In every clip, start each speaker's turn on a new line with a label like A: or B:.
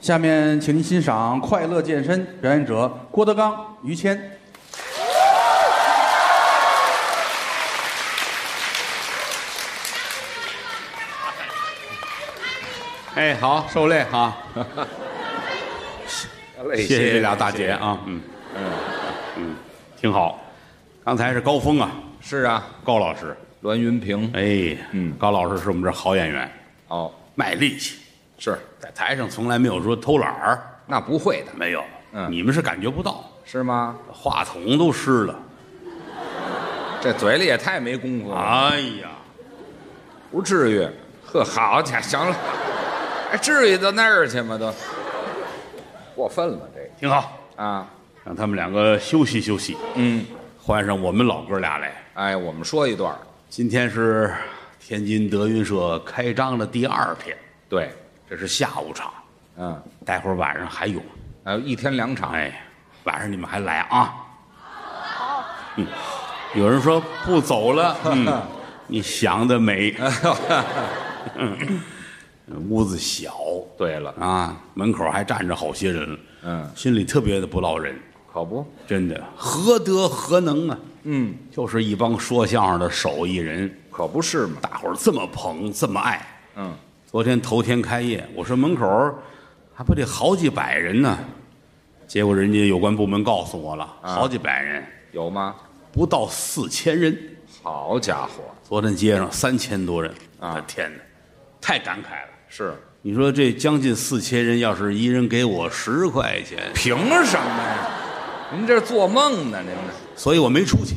A: 下面，请您欣赏《快乐健身》表演者郭德纲、于谦。
B: 哎，好，受累啊！
C: 累
B: 谢谢这俩大姐啊，嗯嗯嗯，挺好。刚才是高峰啊，
C: 是啊，
B: 高老师，
C: 栾云平
B: 哎，
C: 嗯
B: 高老师是我们这儿好演员，
C: 哦，
B: 卖力气，
C: 是
B: 在台上从来没有说偷懒儿，
C: 那不会的，
B: 没有。
C: 嗯
B: 你们是感觉不到，
C: 是吗？
B: 话筒都湿了。
C: 这嘴里也太没功夫了，
B: 哎呀，
C: 不至于。呵，好家伙，行了，还至于到那儿去吗？都过分了，这
B: 挺好，
C: 个啊，
B: 让他们两个休息休息，
C: 嗯，
B: 换上我们老哥俩来。
C: 哎，我们说一段儿，
B: 今天是天津德云社开张的第二天，
C: 对，
B: 这是下午场，
C: 嗯，
B: 待会儿晚上还有。
C: 还有一天两场，
B: 哎，晚上你们还来啊？嗯，有人说不走了， 嗯，你想得美。嗯屋子小
C: 对了，
B: 啊，门口还站着好些人，
C: 嗯，
B: 心里特别的不落人，
C: 可不，
B: 真的何德何能啊？
C: 嗯，
B: 就是一帮说相声的手艺人，
C: 可不是嘛，
B: 大伙儿这么捧，这么爱。
C: 嗯，
B: 昨天头天开业，我说门口儿还不得好几百人呢，结果人家有关部门告诉我了，
C: 啊
B: 好几百人，
C: 有吗？
B: 不到四千人。
C: 好家伙，
B: 昨天街上三千多人，
C: 啊
B: 我的天哪，太感慨了。
C: 是
B: 你说这将近四千人，要是一人给我十块钱，
C: 凭什么呀？您这是做梦呢，您这
B: 所以我没出去。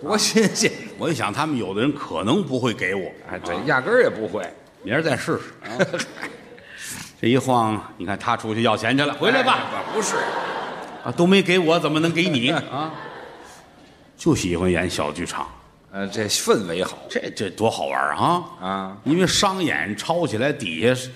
C: 多新鲜！
B: 我一想，他们有的人可能不会给我，啊
C: 哎，这压根儿也不会。
B: 明儿再试试。啊 这一晃，你看他出去要钱去了，回来吧。
C: 哎，不是，
B: 啊，都没给我，怎么能给 你啊？就喜欢演小剧场，
C: 呃，这氛围好
B: 这这多好玩儿啊！
C: 啊
B: 因为商演抄起来底下是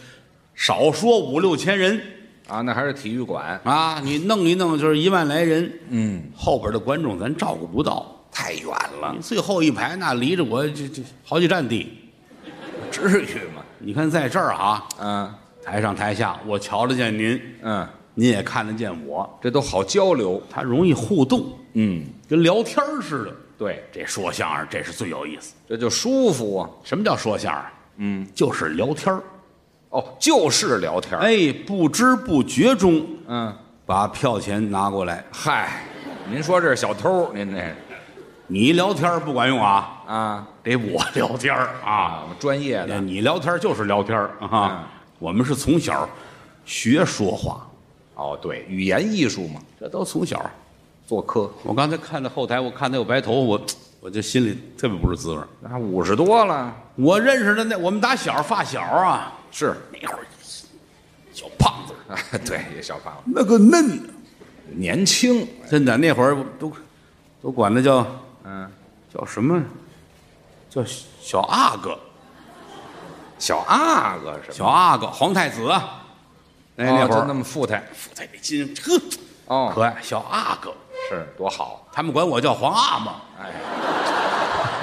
B: 少说五六千人
C: 啊，那还是体育馆，
B: 啊，你弄一弄就是一万来人，
C: 嗯，
B: 后边的观众咱照顾不到，
C: 太远了，
B: 最后一排那离着我这这好几站地。
C: 至于吗？
B: 你看在这儿啊，
C: 啊，
B: 台上台下我瞧得见您，
C: 嗯，
B: 您也看得见我，
C: 这都好交流，
B: 他容易互动，
C: 嗯，
B: 跟聊天儿似的。
C: 对，
B: 这说相声这是最有意思。
C: 这就舒服啊。
B: 什么叫说相声？嗯，就是聊天儿。
C: 哦，就是聊天儿，
B: 哎，不知不觉中
C: 嗯，
B: 把票钱拿过来，
C: 嗨，您说这是小偷，您这
B: 你聊天儿不管用啊，
C: 啊
B: 得我聊天儿
C: 啊，
B: 啊。
C: 我们专业的，
B: 你聊天儿就是聊天儿啊。我们是从小学说话，
C: 哦，对，语言艺术嘛，
B: 这都从小。
C: 做科，
B: 我刚才看到后台，我看他有白头发，我我就心里特别不是滋味儿。
C: 那五十多了，
B: 我认识的那我们打小发小啊，
C: 是，
B: 那会儿小胖子，
C: 啊，对，也小胖子，
B: 那个嫩，
C: 年轻，
B: 真的那会儿都都管他叫
C: 嗯，
B: 叫什么？叫小阿哥，
C: 小阿哥是吧？
B: 小阿哥，皇太子啊。那那会
C: 哦就那
B: 儿，
C: 么富态，
B: 富太金，呵，
C: 哦
B: 可爱，小阿哥，
C: 是多好，
B: 他们管我叫皇阿玛。
C: 哎。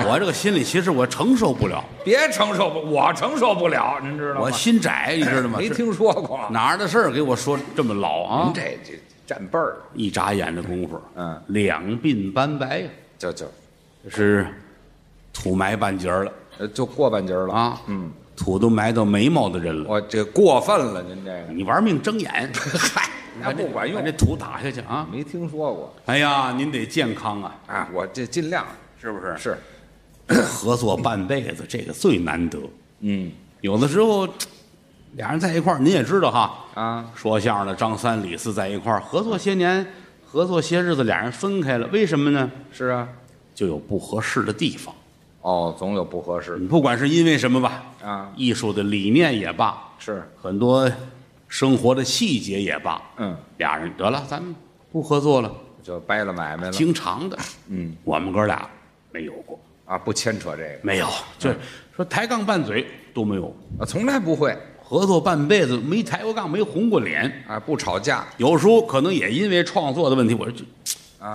B: 我这个心里其实我承受不了，
C: 别承受不，我承受不了，您知道吗？
B: 我心窄，你知道吗？
C: 没
B: 这
C: 听说过。
B: 哪儿的事儿给我说这么老啊
C: 您？这这站辈儿，
B: 一眨眼的功夫，
C: 嗯，
B: 两鬓斑白呀，
C: 就就
B: 这是土埋半截儿了
C: 呃就过半截儿了
B: 啊，
C: 嗯，哦
B: 土都埋到眉毛的人了。
C: 我这过分了，您这个
B: 你玩命睁 眼，嗨，
C: 那不管用
B: 把这土打下去啊！
C: 没听说过
B: 哎呀，您得健康啊，
C: 啊！我这尽量
B: 是不 是？
C: 是，
B: 合作半辈子，这个最难得。
C: 嗯
B: 有的时候，俩人在一块儿，您也知道哈，
C: 啊，
B: 说相声的张三李四在一块儿合作些年，合作些日子，俩人分开了，为什么呢？
C: 是啊，
B: 就有不合适的地方。
C: 哦，总有不合适
B: 你不管是因为什么吧，
C: 啊
B: 艺术的理念也罢，
C: 是，
B: 很多生活的细节也罢，
C: 嗯，
B: 俩人得了，咱们不合作了，
C: 就掰了买卖了
B: 经常的。
C: 嗯，
B: 我们哥俩没有过。
C: 啊，不牵扯这个
B: 没有，这说抬杠拌嘴都没有，
C: 啊，从来不会
B: 合作半辈子没抬过杠，没红过脸。
C: 啊，不吵架
B: 有时候可能也因为创作的问题，我就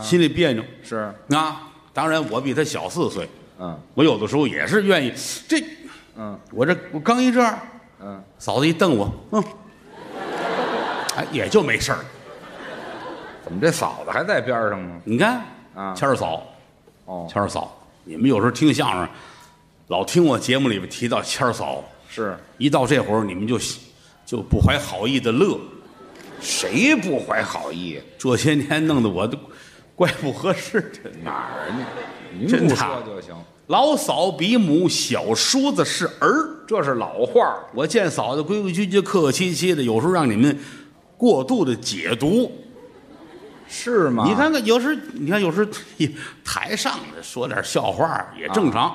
B: 心里别扭
C: 是，
B: 啊。当然，我比他小四岁，
C: 嗯
B: 我有的时候也是愿意这，
C: 嗯
B: 我这我刚一这样，
C: 嗯，
B: 嫂子一瞪我，嗯，哎，也就没事儿。
C: 怎么这嫂子还在边上呢？
B: 你看，
C: 啊
B: 谦儿嫂，
C: 哦，
B: 谦儿嫂，你们有时候听相声，老听我节目里边提到谦儿嫂，
C: 是
B: 一到这会儿你们就就不怀好意的乐，
C: 谁不怀好意？
B: 这些年弄得我都怪不合适的。
C: 哪儿呢？您
B: 真
C: 不
B: 的
C: 说就行，
B: 老嫂比母，小叔子是儿。
C: 这是老话儿
B: 我见嫂子规规矩矩、客客气气的，有时候让你们过度的解读。
C: 是吗？
B: 你看看，有时你看有时 嘿台上的说点笑话也正常，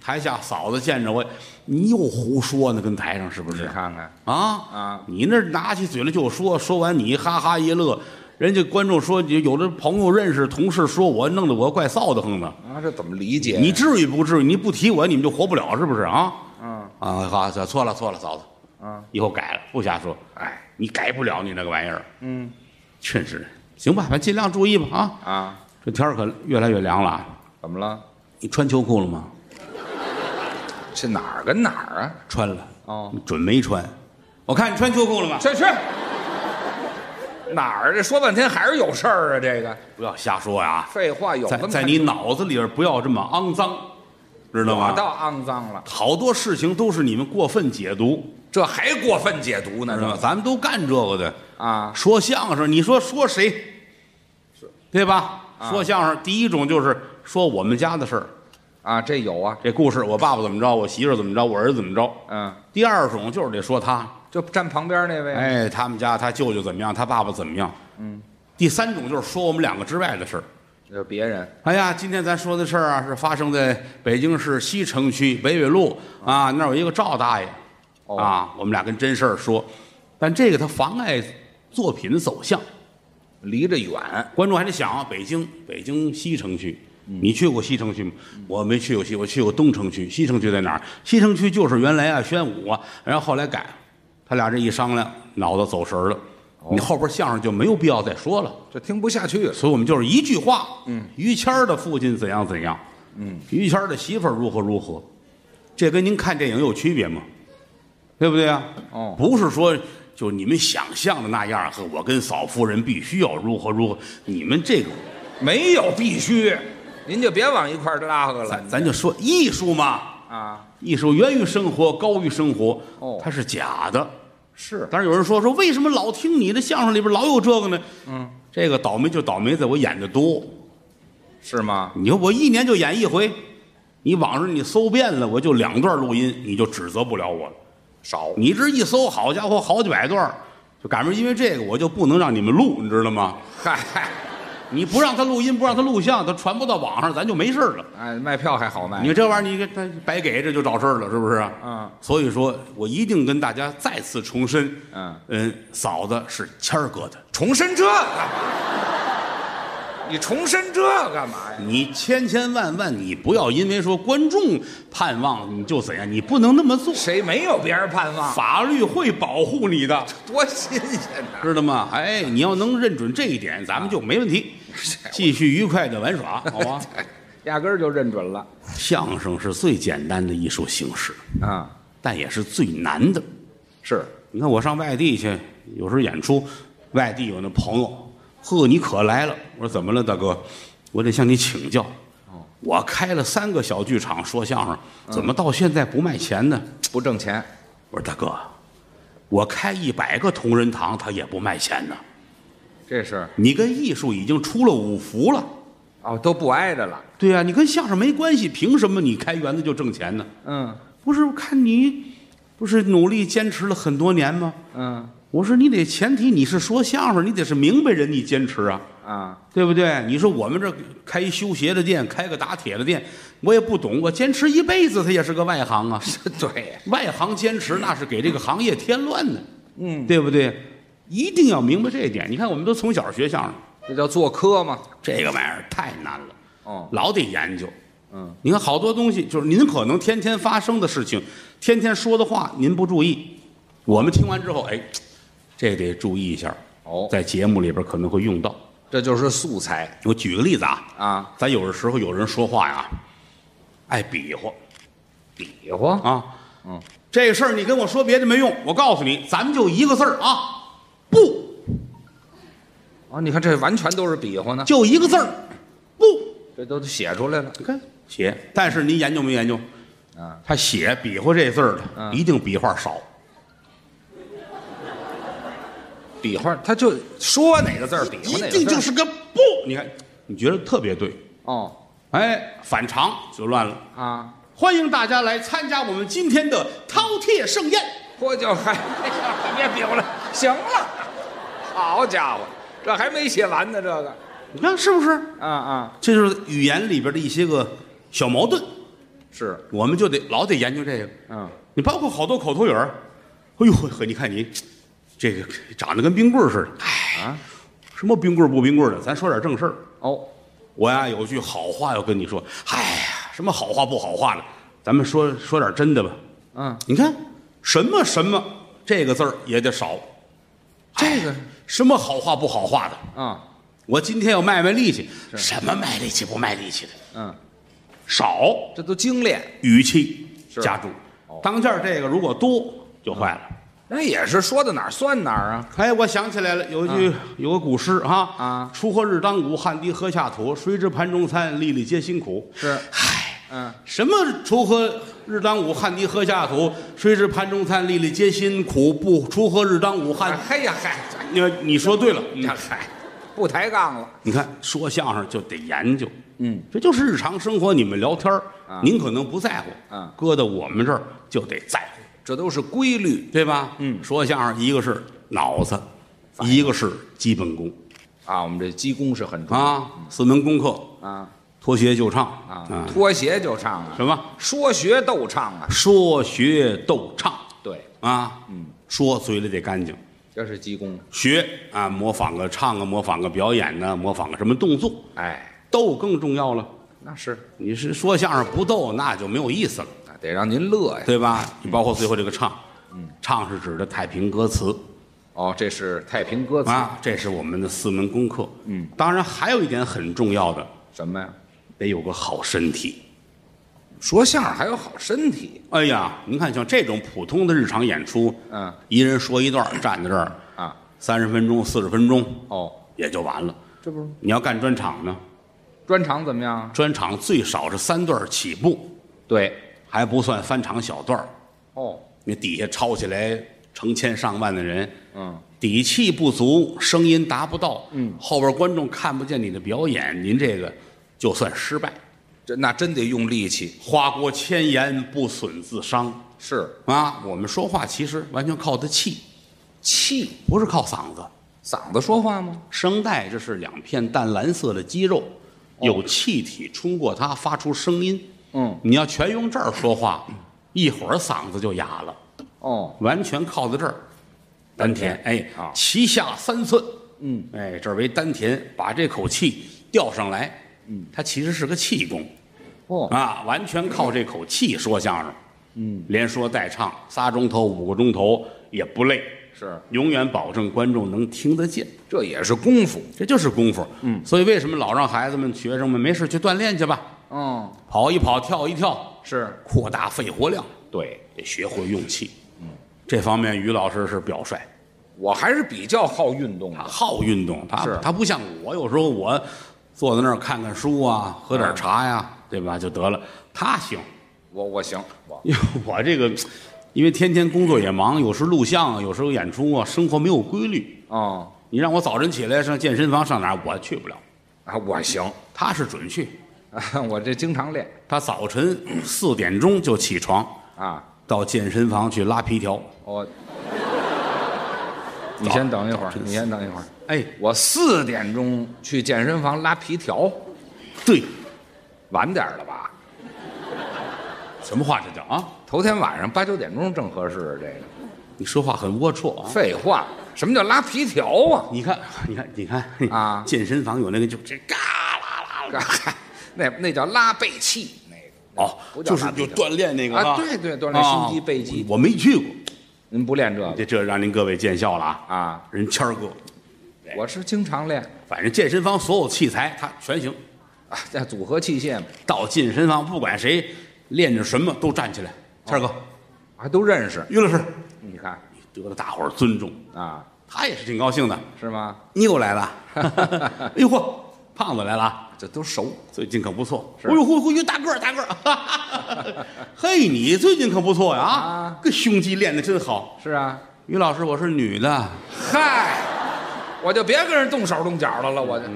B: 台下嫂子见着我，你又胡说呢，跟台上是不
C: 你
B: 是？
C: 看看，
B: 啊
C: 啊
B: 你那拿起嘴来就说，说完你哈哈一乐，人家观众说，有有的朋友认识同事说我，弄得我怪臊得慌的。
C: 啊，这怎么理解？
B: 你至于不至于？你不提我，你们就活不了，是不是啊？
C: 嗯
B: 啊，好，错错了错了，嫂子，
C: 嗯，
B: 以后改了，不瞎说。
C: 哎
B: 你改不了你那个玩意儿，
C: 嗯
B: 真是。行吧，咱尽量注意吧啊！
C: 啊，
B: 这天儿可越来越凉了啊，
C: 怎么了？
B: 你穿秋裤了吗？
C: 这哪儿跟哪儿啊？
B: 穿了，
C: 哦，
B: 你准没穿。我看你穿秋裤了吗？
C: 去去，哪儿？这说半天还是有事儿啊？这个
B: 不要瞎说呀，
C: 废话有
B: 在
C: 这么
B: 在你脑子里边不要这么肮脏，知道
C: 我
B: 吗？
C: 啊倒肮脏了，
B: 好多事情都是你们过分解读，
C: 这还过分解读呢？
B: 知
C: 这
B: 道吗？咱们都干这个的。
C: 啊，
B: 说相声，你说说谁，对吧？说相声，第一种就是说我们家的事儿，
C: 啊，这有啊，
B: 这故事我爸爸怎么着，我媳妇儿怎么着，我儿子怎么着。
C: 嗯，
B: 第二种就是得说他，
C: 就站旁边那位，
B: 哎，他们家他舅舅怎么样，他爸爸怎么样。
C: 啊嗯。
B: 第三种就是说我们两个之外的事儿。
C: 就别人
B: 哎呀，今天咱说的事儿啊，是发生在北京市西城区北纬路啊，那儿有一个赵大爷，
C: 哦
B: 啊，我们俩跟真事儿说，但这个他妨碍作品走向。
C: 离着远，
B: 观众还得想啊，北京北京西城区，你去过西城区吗？我没去过西，我去过东城区。西城区在哪儿？西城区就是原来啊宣武啊，然后后来改，他俩这一商量，脑子走神儿了。你后边相声就没有必要再说了，
C: 这听不下去了。
B: 所以我们就是一句话。嗯，于谦儿的父亲怎样怎样，嗯，于谦儿的媳妇儿如何如何，这跟您看电影有区别吗？对不对啊？
C: 哦
B: 不是说就你们想象的那样，和我跟嫂夫人必须要如何如何，你们这个
C: 没有必须，您就别往一块儿拉和了
B: 咱咱就说艺术嘛，
C: 啊。
B: 艺术源于生活，高于生活，
C: 哦
B: 它是假的。
C: 是
B: 当然有人说说为什么老听你的相声里边老有这个呢？嗯，这个倒霉就倒霉在我演的多。
C: 是吗？
B: 你说我一年就演一回，你网上你搜遍了，我就两段录音，你就指责不了我了。
C: 少
B: 你这一搜，好家伙，好几百段儿，就赶明儿因为这个我就不能让你们录，你知道吗？
C: 嗨，
B: 你不让他录音，不让他录像，他传播到网上，咱就没事儿了。
C: 哎，卖票还好卖。
B: 你这玩意儿，你给他白给，这就找事儿了，是不是？
C: 嗯，
B: 所以说我一定跟大家再次重申，呃
C: 嗯
B: 嫂子是谦儿哥的，
C: 重申这干嘛？你重申这干嘛呀？
B: 你千千万万你不要因为说观众盼望你就怎样，你不能那么做，
C: 谁没有别人盼望？
B: 法律会保护你的，
C: 多新鲜呐！
B: 知道吗？哎，你要能认准这一点，咱们就没问 题，继续愉快的玩耍，好 吗？
C: 压根儿就认准了
B: 相声是最简单的艺术形式，
C: 啊！
B: 但也是最难的。
C: 是
B: 你看我上外地去，有时候演出，外地有那朋友，呵，你可来了。我说怎么了，大哥？我得向你请教。我开了三个小剧场说相声，怎么到现在不卖钱呢？
C: 不挣钱，
B: 我说大哥，我开一百个同仁堂，他也不卖钱呢。
C: 这是
B: 你跟艺术已经出了五福了，
C: 哦，都不挨着了。
B: 对呀、你跟相声没关系，凭什么你开园子就挣钱呢？
C: 嗯
B: 不是，我看你不是努力坚持了很多年吗？
C: 嗯
B: 我说你得前提你是说相声，你得是明白人，你坚持啊，
C: 啊，
B: 对不对？你说我们这开一修鞋的店，开个打铁的店，我也不懂，我坚持一辈子，它也是个外行啊。
C: 对，
B: 外行坚持那是给这个行业添乱的，嗯，对不对？一定要明白这一点。你看，我们都从小学相声，
C: 这叫做科嘛。
B: 这个玩意儿太难了，
C: 哦，
B: 老得研究。
C: 嗯，
B: 你看好多东西，就是您可能天天发生的事情，天天说的话，您不注意，我们听完之后，哎，这得注意一下。
C: 哦
B: 在节目里边可能会用到。
C: 这就是素材
B: 我举个例子啊，
C: 啊，
B: 咱有的时候有人说话呀，爱比划
C: 比划
B: 啊，
C: 嗯，
B: 这个事儿你跟我说别的没用，我告诉你，咱们就一个字儿啊，不。
C: 哦，你看这完全都是比划呢，
B: 就一个字儿，不
C: 这都写出来了。你看，
B: 写。但是你研究没研究？
C: 啊，
B: 他写比划这字儿的，
C: 嗯
B: 一定笔画少。
C: 比划，他就说哪个字儿比划
B: 一
C: 哪个字儿
B: 定就是个不。你看，你觉得特别对，
C: 哦
B: 哎，反常就乱了。
C: 啊，
B: 欢迎大家来参加我们今天的饕餮盛宴。
C: 我就 还别比划了，行了，好家伙，这还没写完呢，这个
B: 你看是不是？
C: 啊啊
B: 这就是语言里边的一些个小矛盾，
C: 是，
B: 我们就得老得研究这个。
C: 嗯
B: 你包括好多口头语儿，哎呦呵，你看你这个长得跟冰棍儿似的，哎，
C: 啊
B: 什么冰棍儿不冰棍儿的，咱说点正事儿。
C: 哦，
B: 我呀有句好话要跟你说，哎呀，什么好话不好话的，咱们说说点真的吧。
C: 嗯，
B: 你看什么什么这个字儿也得少，
C: 这个
B: 什么好话不好话的，
C: 啊
B: 我今天要卖卖力气，什么卖力气不卖力气的，
C: 嗯，
B: 少
C: 这都精炼，
B: 语气
C: 是
B: 加重
C: 哦。嗯
B: 当间儿这个如果多就坏了。
C: 那也是说到哪儿算哪儿啊，
B: 哎，我想起来了，有一句、有个古诗哈
C: 嗯啊
B: 锄禾日当午，汗滴禾下土，谁知盘中餐，粒粒皆辛苦。
C: 是
B: 嗨，
C: 嗯，
B: 什么锄禾日当午，汗滴禾下土，谁知盘中餐，粒粒皆辛苦。不，锄禾日当午，汗。
C: 嘿哎呀嗨，
B: 你你说对了，嗯
C: 呀嗨，不抬杠了，
B: 你看说相声就得研究，
C: 嗯，
B: 这就是日常生活。你们聊天儿
C: 啊
B: 您可能不在乎，
C: 嗯
B: 搁到我们这儿就得在乎。
C: 这都是规律
B: 对吧？嗯，说相声一个是脑子，一个是基本功
C: 啊，我们这鸡功是很重要
B: 啊，四门功课，
C: 啊
B: 脱鞋就唱
C: 嗯啊，脱鞋就唱啊，
B: 什么
C: 说学逗唱啊，
B: 说学逗唱
C: 对，
B: 啊，嗯，说嘴里得干净，
C: 这是鸡功，
B: 学啊，模仿个唱啊，模仿个表演呢、模仿个什么动作，
C: 哎，
B: 逗更重要了。
C: 那是。
B: 你是说相声不逗，那就没有意思了，
C: 啊得让您乐呀！
B: 对吧？你包括最后这个唱，唱是指的太平歌词，
C: 哦，这是太平歌词，
B: 啊，这是我们的四门功课。嗯，当然还有一点很重要的，
C: 什么呀？
B: 得有个好身体。
C: 说相声还有好身体
B: 哎呀，您看像这种普通的日常演出，
C: 嗯，
B: 一人说一段儿，站在这儿
C: 啊！
B: 三十分钟、四十分钟
C: 哦，
B: 也就完了。
C: 这不是
B: 你要干专场呢，
C: 专场怎么样？
B: 专场最少是三段儿起步，
C: 对，
B: 还不算翻场小段儿
C: 哦，
B: 你底下抄起来成千上万的人，
C: 嗯，
B: 底气不足，声音达不到，嗯，后边观众看不见你的表演，您这个就算失败。
C: 这那真得用力气，
B: 花过千言不损自伤
C: 是
B: 啊！我们说话其实完全靠的气，
C: 气
B: 不是靠嗓子。
C: 嗓子说话吗？
B: 声带这是两片淡蓝色的肌肉，有气体冲过它发出声音。
C: 嗯，
B: 你要全用这儿说话，一会儿嗓子就哑了，
C: 哦，
B: 完全靠在这儿。丹田，哎
C: 啊，
B: 脐下三寸，
C: 嗯，
B: 哎，这儿为丹田，把这口气吊上来，嗯，它其实是个气功
C: 哦，
B: 啊，完全靠这口气说相声，嗯，连说带唱仨钟头五个钟头也不累，
C: 是，
B: 永远保证观众能听得见。
C: 这也是功夫，
B: 这就是功夫。嗯，所以为什么老让孩子们、学生们没事去锻炼去吧，
C: 嗯，
B: 跑一跑，跳一跳，
C: 是
B: 扩大肺活量，
C: 对，
B: 得学会用气。嗯，这方面于老师是表率，
C: 我还是比较好运动
B: 他
C: 的，
B: 好运动，他
C: 是
B: 他不像我，有时候我坐在那儿看看书啊，喝点茶呀、对吧？就得了。他行，
C: 我我行，我
B: 因为我这个。因为天天工作也忙，有时候录像啊，有时候演出啊，生活没有规律。
C: 哦，
B: 你让我早晨起来上健身房上哪儿，我去不了。
C: 啊，我行，
B: 他是准去，
C: 啊我这经常练
B: 他早晨四点钟就起床，
C: 啊，
B: 到健身房去拉皮条。
C: 我。你先等一会儿，你先等一会儿。
B: 哎，
C: 我四点钟去健身房拉皮条，
B: 对，
C: 晚点儿了吧？
B: 什么话这叫啊？
C: 头天晚上八九点钟正合适，这个
B: 你说话很龌龊啊！
C: 废话，什么叫拉皮条啊？
B: 你看，你看，你看
C: 啊
B: 健身房有那个就这嘎啦啦啦，
C: 嗨那那叫拉背气，那个
B: 哦，
C: 不叫
B: 就是
C: 拉
B: 就
C: 皮条
B: 锻炼那个
C: 啊
B: 是吧
C: 对对锻炼心肌
B: 啊
C: 背肌
B: 我没去过，
C: 您不练这个
B: 这这让您各位见笑了啊！
C: 啊？
B: 人谦儿哥，
C: 我是经常练
B: 反正健身房所有器材他全行，
C: 啊，在组合器械嘛，
B: 到健身房不管谁练着什么都站起来。
C: 哦
B: 谦儿哥，
C: 还都认识。
B: 于老师，
C: 你看
B: 得到大伙儿尊重，
C: 啊，
B: 他也是挺高兴的。
C: 是吗？
B: 你又来 了，哎呦嚯，胖子来了啊！
C: 这都熟，
B: 最近可不错，
C: 是
B: 哎呦嚯嚯哟，大个儿大个儿， 嘿，你最近可不错呀啊
C: 啊，
B: 这胸肌练得真好。
C: 是啊。
B: 于老师，我是女的
C: 嗨，我就别跟人动手动脚的了，我就。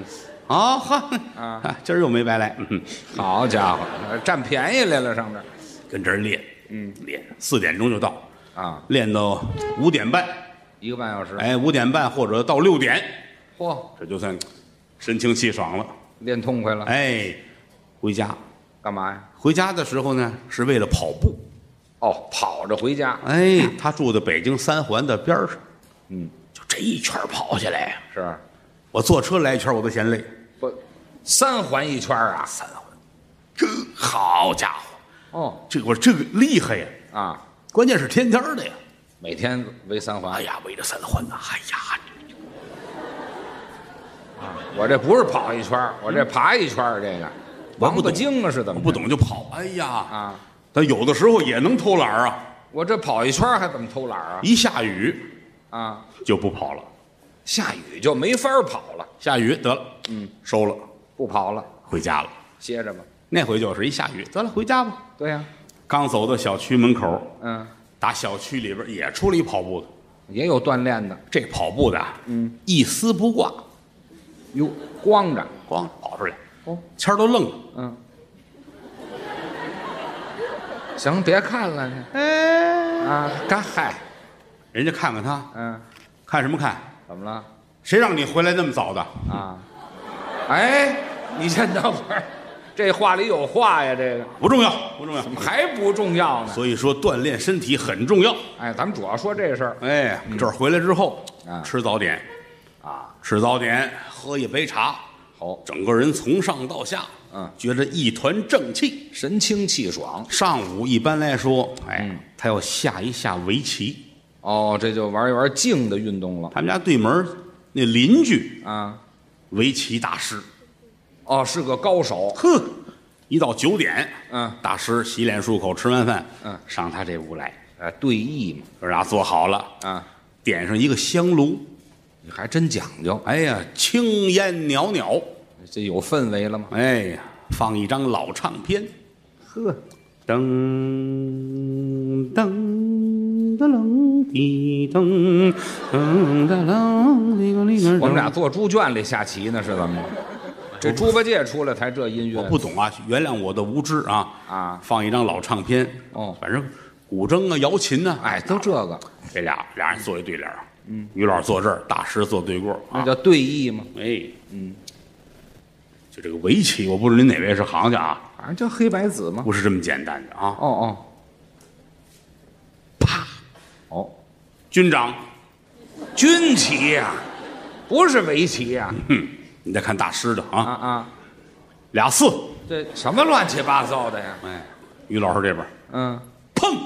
B: 啊， 哈
C: 啊
B: 啊，今儿又没白来，嗯
C: 好家伙，占便宜来了，上这儿
B: 跟这儿练，嗯，练四点钟就到，
C: 啊，
B: 练到五点半，
C: 一个半小时。
B: 哎，五点半或者到六点，
C: 嚯，
B: 这就算神清气爽了。
C: 练痛快了，
B: 哎，回家，
C: 干嘛呀？
B: 回家的时候呢，是为了跑步。
C: 哦，跑着回家
B: 哎， 他住在北京三环的边儿上，
C: 嗯，
B: 就这一圈儿跑下来呀，
C: 是
B: 我坐车来一圈儿我都嫌累。
C: 不？三环一圈啊？三环。
B: 这好家伙，
C: 哦
B: 这我这个厉害呀！
C: 啊，
B: 关键是天天儿的呀。
C: 每天围三环。
B: 哎呀，围着三环呐，哎呀，
C: 我这不是跑一圈儿，我这爬一圈儿，这个
B: 嗯我不
C: 王
B: 懂
C: 八精啊是怎
B: 我
C: 么着？
B: 不懂就跑。哎呀，
C: 啊！
B: 但有的时候也能偷懒儿啊。
C: 我这跑一圈儿还怎么偷懒儿啊？
B: 一下雨
C: 啊，
B: 就不跑了，
C: 下雨就没法儿跑了，
B: 下雨得了，嗯，收了，
C: 不跑了，
B: 回家了。
C: 歇着吧。
B: 那回就是一下雨，得了，回家吧。
C: 对呀、
B: 刚走到小区门口，
C: 嗯，
B: 打小区里边也出了一跑步的。
C: 也有锻炼的。
B: 这跑步的，嗯，一丝不挂，
C: 哟，光着
B: 光跑出来，
C: 哦，
B: 谦儿都愣了。
C: 嗯。行，别看了，
B: 哎，
C: 啊，干嗨，
B: 人家看看他，
C: 嗯，
B: 看什么看？
C: 怎么了？
B: 谁让你回来那么早的？
C: 啊，哎，你先等会儿，这话里有话呀，这个
B: 不重要，不重要
C: 怎。么还不重要呢？
B: 所以说，锻炼身体很重要。
C: 哎，咱们主要说这事儿
B: 哎，这儿回来之后
C: 嗯啊，
B: 吃早点，
C: 啊。
B: 吃早点，喝一杯茶，
C: 好，
B: 整个人从上到下，
C: 嗯
B: 觉着一团正气。
C: 神清气爽
B: 上午一般来说，哎
C: 嗯，
B: 他要下一下围棋。
C: 哦，这就玩一玩静的运动了
B: 他们家对门儿那邻居
C: 啊。
B: 围棋大师，
C: 哦，是个高手，
B: 呵，一到九点，
C: 嗯，
B: 大师洗脸漱口，吃完饭，
C: 嗯，
B: 上他这屋来，
C: 哎，对弈嘛，
B: 这俩做好了，
C: 啊，
B: 点上一个香炉，
C: 你还真讲究，
B: 哎呀，青烟袅袅，
C: 这有氛围了吗？
B: 哎呀，放一张老唱片，
C: 呵，
B: 噔噔噔噔滴噔噔噔噔滴个哩个。
C: 我们俩坐猪圈里下棋呢，是怎么着？这猪八戒出来才这音乐
B: 我不懂啊，原谅我的无知啊
C: 啊
B: 放一张老唱片，
C: 哦
B: 反正古筝啊、瑶琴啊，
C: 哎，都这个，
B: 这俩俩人坐一对联儿，嗯，于老师坐这儿，大师坐对过儿
C: 那
B: 啊，
C: 叫对弈嘛，
B: 哎，嗯，就这个围棋，我不知道您哪位是行家啊，
C: 反正叫黑白子嘛。
B: 不是这么简单的啊，
C: 哦哦
B: 啪，
C: 哦，
B: 军长，啊
C: 军棋呀、不是围棋呀、
B: 哼，嗯你再看大师的
C: 啊
B: 啊，
C: 啊，
B: 俩四，
C: 这什么乱七八糟的呀？
B: 哎，于老师这边儿
C: 嗯，
B: 砰，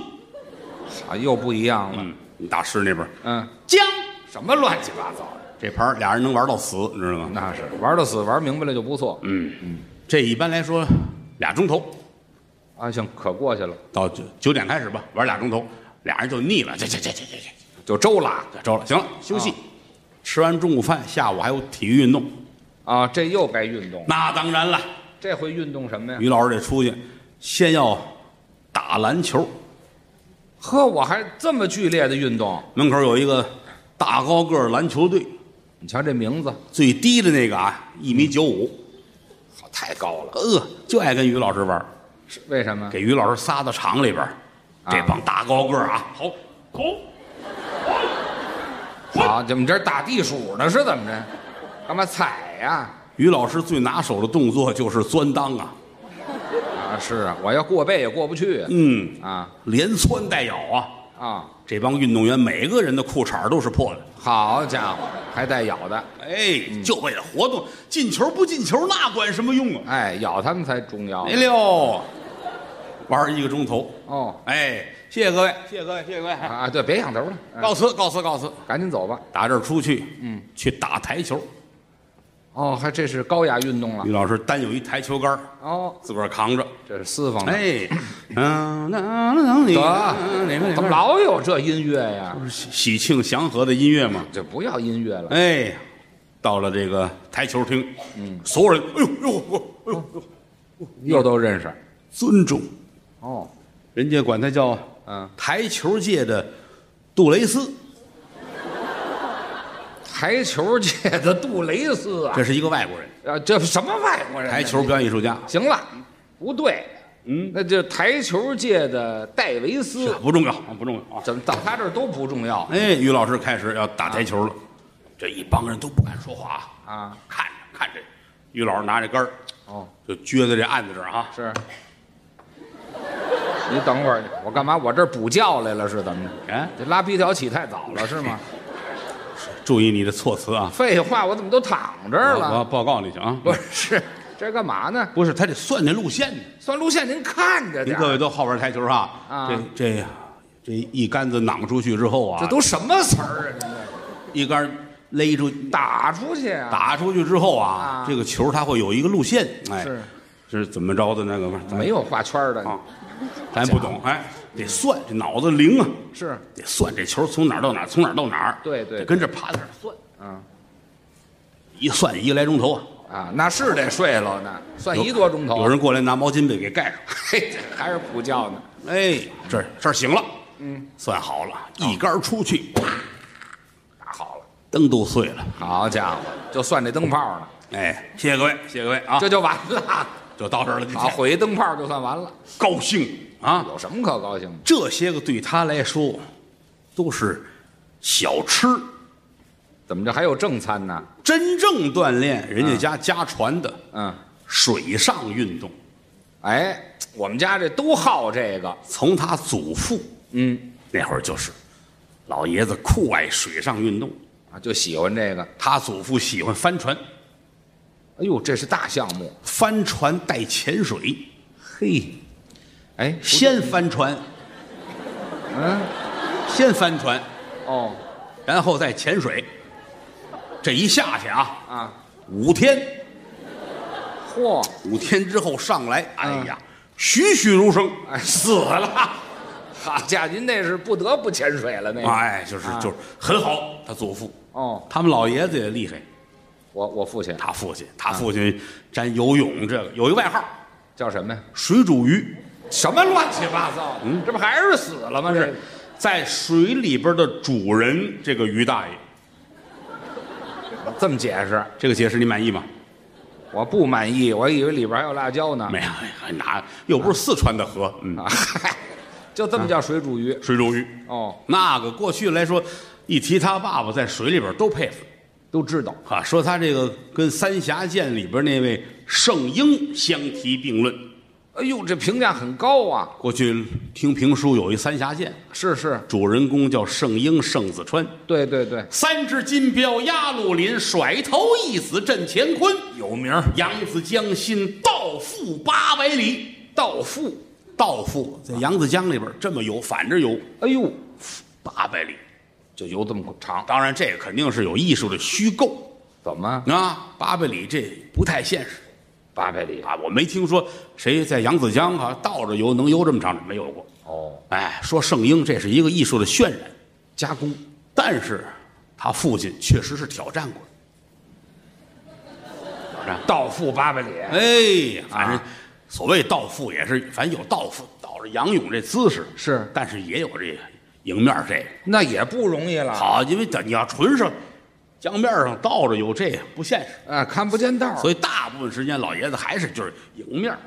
C: 啊，又不一样了。
B: 嗯，大师那边儿
C: 嗯，
B: 将，
C: 什么乱七八糟的？
B: 这盘儿俩人能玩到死，你知道吗？
C: 那是玩到死，玩明白了就不错。
B: 这一般来说俩钟头。
C: 啊，行，可过去了，
B: 到九九点开始吧，玩俩钟头，俩人就腻了，这这这这这这
C: 就周拉
B: 周了，行了，休息。吃完中午饭，下午还有体育运动，
C: 啊，这又该运动。
B: 那当然了，
C: 这回运动什么呀？
B: 于老师得出去，先要打篮球。
C: 呵，我还这么剧烈的运动，
B: 门口有一个大高个儿篮球队，
C: 你瞧这名字，
B: 最低的那个啊，一米九五，
C: 好太高了，
B: 呃，就爱跟于老师玩，
C: 是为什么？
B: 给于老师撒到场里边儿。
C: 啊
B: 这帮大高个儿啊，好，好，
C: 好，你们这儿打地鼠呢是怎么着？干嘛踩呀、
B: 于老师最拿手的动作就是钻裆啊，
C: 啊？是啊，我要过背也过不去啊
B: 嗯，
C: 啊
B: 连窜带咬啊，
C: 啊！
B: 这帮运动员每个人的裤衩儿都是破的，
C: 好家伙，还带咬的，
B: 哎，就为了活动，进球不进球那管什么用啊？
C: 哎，咬他们才中药
B: 哎呦，玩儿一个钟头，
C: 哦
B: 哎，谢谢各位，谢谢各位，谢谢各位，
C: 啊！对，别仰头了，嗯
B: 告辞，告辞，告辞，
C: 赶紧走吧。
B: 打这儿出去，嗯，去打台球，
C: 哦，还这是高雅运动了
B: 于。老师单有一台球杆儿
C: 哦，
B: 自个儿扛着，
C: 这是私房的。
B: 哎，嗯，那那那你
C: 得嗯
B: 哪个哪
C: 怎
B: 个
C: 么老有这音乐呀？
B: 喜喜庆祥和的音乐嘛？
C: 这不要音乐了，
B: 哎，到了这个台球厅，嗯，所有人，哎呦哎呦哎呦，
C: 又都认识。
B: 尊重，
C: 哦，
B: 人家管他叫
C: 嗯，
B: 台球界的杜蕾斯，
C: 台球界的杜蕾斯啊，
B: 这是一个外国人，
C: 啊，这什么外国人啊？
B: 台球表演艺术家，
C: 行了，不对，嗯，那就台球界的戴维斯，
B: 不重要，不重要啊。
C: 怎么到他这儿都不重要
B: 哎，于老师开始要打台球了，这一帮人都不敢说话啊，
C: 啊？
B: 看着看着，于老师拿着杆儿
C: 哦，
B: 就撅在这案子这儿啊，
C: 是。你等会儿，我干嘛？我这儿补觉来了是怎么着？
B: 哎，
C: 这拉皮条起太早了是吗？
B: 注意你的措辞啊。
C: 废话，我怎么都躺这儿
B: 我我
C: 了？
B: 报告你去啊，
C: 不是，这干嘛呢？
B: 不是他得算那路线呢。
C: 算路线，您看着
B: 您
C: 点儿。
B: 各位都好玩台球啊，
C: 啊
B: 这这这一杆子攮出去之后啊，
C: 这都什么词儿啊？您这
B: 一杆勒出
C: 打出去啊？
B: 打出去之后啊
C: 啊，
B: 这个球它会有一个路线，哎，
C: 是
B: 是怎么着的那个？咱
C: 没有画圈儿的，
B: 啊，咱不懂，哎，得算，这脑子灵啊，
C: 是
B: 得算这球从哪儿到哪儿，从哪儿到哪儿，
C: 对对
B: 得跟这趴那儿算，
C: 嗯
B: 一算一个来钟头啊，
C: 啊，那是得睡了，那算啊一个多钟头。
B: 有人过来拿毛巾被给盖上，
C: 嘿， 这还是补觉呢。
B: 哎，这儿这儿行了，嗯，算好了，一杆出去，啪
C: 打好了，
B: 灯都碎了，
C: 好家伙，就算这灯泡呢，
B: 哎，谢谢各位，谢谢各位啊，
C: 这就完 了。
B: 就到这儿了，
C: 好，毁一灯泡就算完了，
B: 高兴啊，
C: 有什么可高兴的？
B: 这些个对他来说都是小吃。
C: 怎么着还有正餐呢？
B: 真正锻炼，人家家
C: 啊
B: 家传的
C: 嗯，
B: 水上运动，
C: 哎，我们家这都好这个，
B: 从他祖父
C: 嗯
B: 那会儿就是，老爷子酷爱水上运动。
C: 啊，就喜欢这个。
B: 他祖父喜欢帆船，
C: 哎呦，这是大项目，
B: 帆船带潜水，
C: 嘿，哎，不对
B: 先帆船，
C: 嗯
B: 先帆船，
C: 哦
B: 然后再潜水。这一下去啊，
C: 啊，
B: 五天，
C: 嚯，
B: 五天之后上来，哎呀，栩栩如生，
C: 嗯哎
B: 死了。
C: 好家伙，您那是不得不潜水了那个。
B: 哎，就是
C: 啊
B: 就是很好，他祖父，
C: 哦，
B: 他们老爷子也厉害，
C: 我我父亲
B: 他父亲，他父亲沾游泳这个有一个外号
C: 叫什么呀？
B: “水煮鱼
C: 什么乱七八糟的？嗯，这不还是死了吗？”，
B: 是在水里边的主人这个于大爷，
C: 这这么解释，
B: 这个解释你满意吗？
C: 我不满意，我以为里边还有辣椒呢。
B: 没有，哎哪又不是四川的河，嗯，
C: 啊，嗨，就这么叫水煮鱼。
B: 水煮鱼，
C: 哦，
B: 那个过去来说，一提他爸爸在水里边都佩服
C: 都知道。
B: 啊，说他这个跟三峡涧里边那位圣婴相提并论。
C: 哎呦，这评价很高啊！
B: 过去听评书有一三峡涧，
C: 是是，
B: 主人公叫圣婴圣子川，
C: 对对对，
B: 三只金镖压绿林，甩头一死震乾坤。
C: 有名
B: 扬子江心道富八百里，
C: 道父。
B: 道富在扬子江里边这么游，反着游
C: 哎呦，
B: 八百里。
C: 就游这么长，
B: 当然，这肯定是有艺术的虚构
C: 怎么
B: 啊，八百里这不太现实
C: 八百里？
B: 啊。我没听说谁在扬子江啊倒着游能游这么长，没有过。
C: 哦，
B: 哎，说圣婴这是一个艺术的渲染，
C: 加工
B: 但是他父亲确实是挑战过。挑战。
C: 道父八百里。
B: 哎，反正
C: 啊
B: 所谓道父也是，反正有道父，道着仰泳这姿势
C: 是
B: 但是也有这迎面这个
C: 那也不容易了，
B: 好，因为等你要纯是江面上倒着有这个不现实，
C: 啊，看不见道儿
B: 所以大部分时间老爷子还是就是迎面儿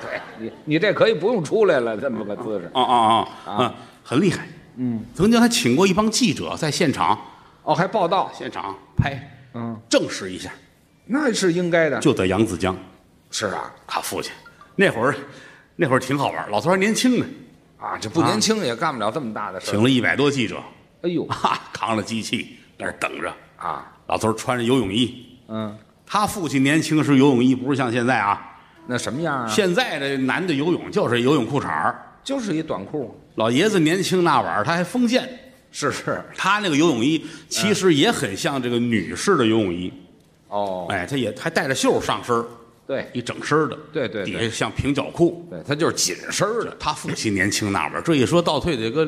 C: 对你，你这可以不用出来了，这么个姿势。
B: 啊啊啊啊，很厉害。嗯，曾经还请过一帮记者在现场
C: 哦，还报道，
B: 现场拍，
C: 嗯，
B: 证实一下，
C: 那是应该的。
B: 就在扬子江，
C: 是啊，
B: 他父亲那会儿那会儿挺好玩儿，老头还年轻呢，
C: 啊，这不年轻也干不了这么大的事
B: 请
C: 儿。
B: 了一百多记者，
C: 哎呦，
B: 哈，扛着机器那儿等着。
C: 啊，
B: 老头儿穿着游泳衣，
C: 嗯，
B: 他父亲年轻时游泳衣不是像现在啊，
C: 那什么样啊？
B: 现在这男的游泳就是游泳裤衩儿
C: 就是一短裤，
B: 老爷子年轻那会儿他还封建，
C: 是是，
B: 他那个游泳衣
C: 嗯
B: 其实也很像这个女士的游泳衣，
C: 哦，
B: 哎，他也还带着袖儿上身儿
C: 对
B: 一整身儿的，
C: 对对对
B: 底下像平角裤。
C: 对，他就是紧身儿的，
B: 他父亲年轻那会儿，这一说倒退得个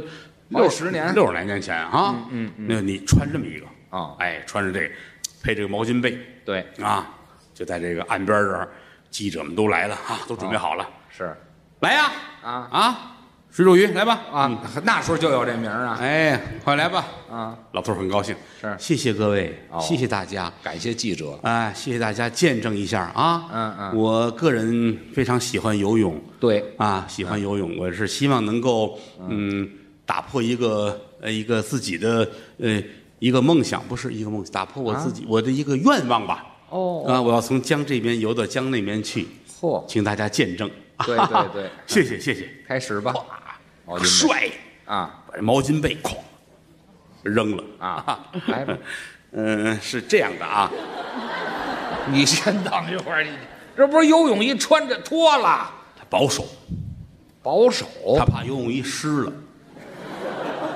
C: 好几
B: 六
C: 十年
B: 六十来年前啊。嗯嗯，那你穿这么一个
C: 啊
B: 哎，穿着这个，配这个毛巾被
C: 对，
B: 啊，就在这个岸边这儿，记者们都来了啊，都准备好了，
C: 是
B: 来呀
C: 啊
B: 啊，水煮鱼来吧
C: 啊，那时候就有这名儿啊，
B: 哎，快来吧！
C: 啊，
B: 老头儿很高兴，
C: 是
B: 谢谢各位，
C: 哦
B: 谢谢大家，
C: 感谢记者，
B: 哎，谢谢大家见证一下啊。
C: 嗯嗯
B: 我个人非常喜欢游泳，
C: 对，
B: 啊，喜欢游
C: 嗯
B: 泳，我是希望能够嗯打破一个呃一个自己的呃一个梦想，不是一个梦，打破我
C: 啊
B: 自己、我的一个愿望吧。
C: 哦，
B: 啊，我要从江这边游到江那边去，
C: 嚯，
B: 请大家见证。
C: 对对对
B: 谢谢谢谢。
C: 开始吧，哦毛
B: 哇，
C: 巾被
B: 帅！
C: 啊
B: 把这毛巾被哐扔了
C: 啊，来吧，
B: 嗯，是这样的啊，
C: 你先等一会儿，你这不是游泳衣穿着脱了，
B: 他保守，
C: 保守，
B: 他怕游泳衣湿了。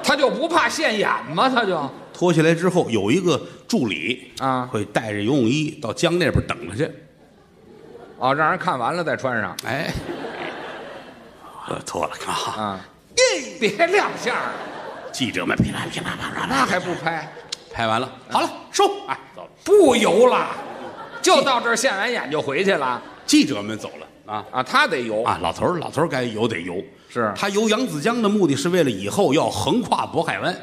C: 他就不怕现眼吗？他就
B: 脱下来之后，有一个助理
C: 啊
B: 会带着游泳衣到江那边等着去。
C: 哦，让人看完了再穿上
B: 哎， 我脱了啊！
C: 啊，别亮相儿，
B: 记者们噼啦噼啦啪啦，
C: 那还不拍？
B: 拍完了，好了，收，哎，走了。
C: 不游了，就到这儿现完眼就回去了
B: 记者们走了啊
C: 啊！他得游，
B: 啊！老头儿，老头儿该游得游，
C: 是
B: 他游扬子江的目的是为了以后要横跨渤海湾。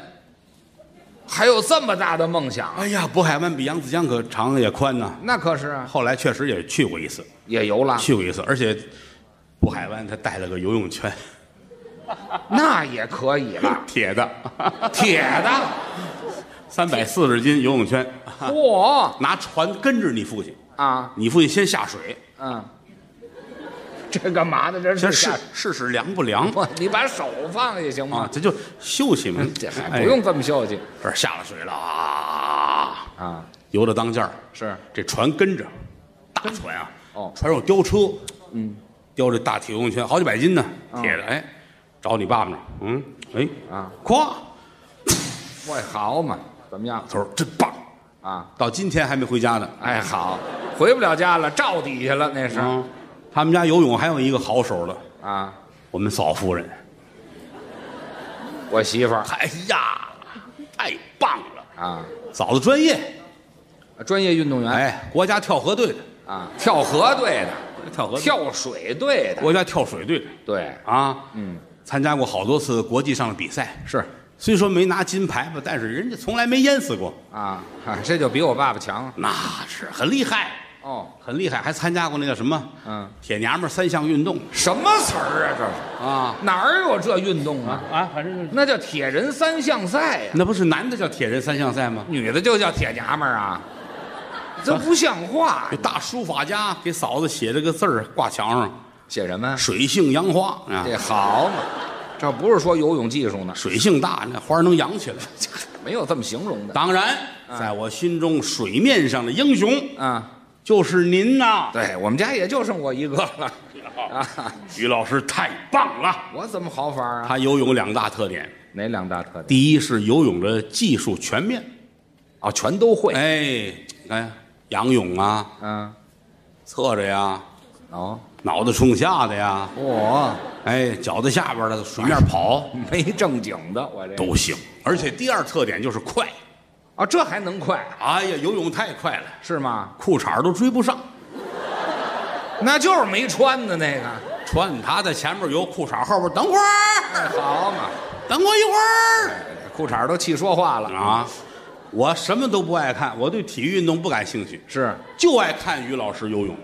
C: 还有这么大的梦想，
B: 哎呀，渤海湾比扬子江可长也宽呐。
C: 那可是啊
B: 后来确实也去过一次，
C: 也游了，
B: 去过一次，而且渤海湾他带了个游泳圈，
C: 那也可以 了，
B: 铁的，
C: 铁的，
B: 三百四十斤游泳圈，
C: 嚯
B: 拿船跟着你父亲，
C: 啊，
B: 你父亲先下水，
C: 嗯，这干嘛呢？这
B: 先
C: 是
B: 试
C: 下
B: 试试凉不凉
C: 不，你把手放下去行
B: 啊
C: 吗？，
B: 这就休息嘛，
C: 嗯这还
B: 哎
C: 不用这么秀气
B: 这下了水了啊，
C: 啊，
B: 游到当间儿，
C: 是
B: 这船跟着，大船啊，
C: 哦
B: 船上有吊车，嗯，吊着大铁游泳圈，好几百斤呢，铁的，哎，找你爸爸那儿，嗯，哎，
C: 哦啊，
B: 咵，
C: 喂，好嘛，怎么样
B: 他说真棒，
C: 啊？
B: 到今天还没回家呢，
C: 哎，好，回不了家了，照底下了，那是
B: 啊，他们家游泳还有一个好手的，
C: 啊，
B: 我们嫂夫人，
C: 我媳妇儿
B: 哎呀，太棒了，
C: 啊，
B: 嫂子专业，
C: 专业运动员
B: 哎，国家跳河队的，
C: 啊，跳河队的，
B: 跳河队
C: 跳水队的，
B: 国家跳水队的
C: 对，
B: 啊，
C: 嗯，
B: 参加过好多次国际上的比赛，
C: 是
B: 虽说没拿金牌吧，但是人家从来没淹死过，
C: 啊， 啊这就比我爸爸强
B: 那是很厉害，
C: 哦。
B: 很厉害，还参加过那叫什么，
C: 嗯，
B: 铁娘们儿三项运动
C: 什么词儿啊？这
B: 啊
C: 是哪儿有这运动啊？
B: 啊，反正就是
C: 那叫铁人三项赛啊呀、
B: 那不是男的叫铁人三项赛吗？
C: 女的就叫铁娘们儿啊，这不像话
B: 有！大书法家给嫂子写了个字儿挂墙上，
C: 写什么呀？
B: 水性杨花啊，
C: 这好嘛，这不是说游泳技术呢，
B: 水性大，那花儿能扬起来。
C: 没有这么形容的
B: 当然，在我心中，水面上的英雄
C: 啊。
B: 就是您呐，
C: 对我们家也就剩我一个了啊，
B: 于老师太棒了。
C: 我怎么好法啊？
B: 他游泳两大特点，
C: 哪两大特点？
B: 第一是游泳的技术全面，
C: 啊，全都会。
B: 哎，你看呀，仰泳啊，
C: 嗯，
B: 侧着呀，
C: 哦，
B: 脑袋冲下的呀，
C: 我
B: 哎，脚在下边的水面跑
C: 没正经的，我这
B: 都行。哎而且第二特点就是快，
C: 啊，这还能快
B: 哎呀，游泳太快了，
C: 是吗？
B: 裤衩都追不上。
C: 那就是没穿的那个，
B: 穿他在前面游，裤衩后边等会儿，
C: 好嘛，
B: 等我一会儿
C: 裤衩都气说话了。
B: 啊！我什么都不爱看，我对体育运动不感兴趣，
C: 是，
B: 就爱看于老师游泳。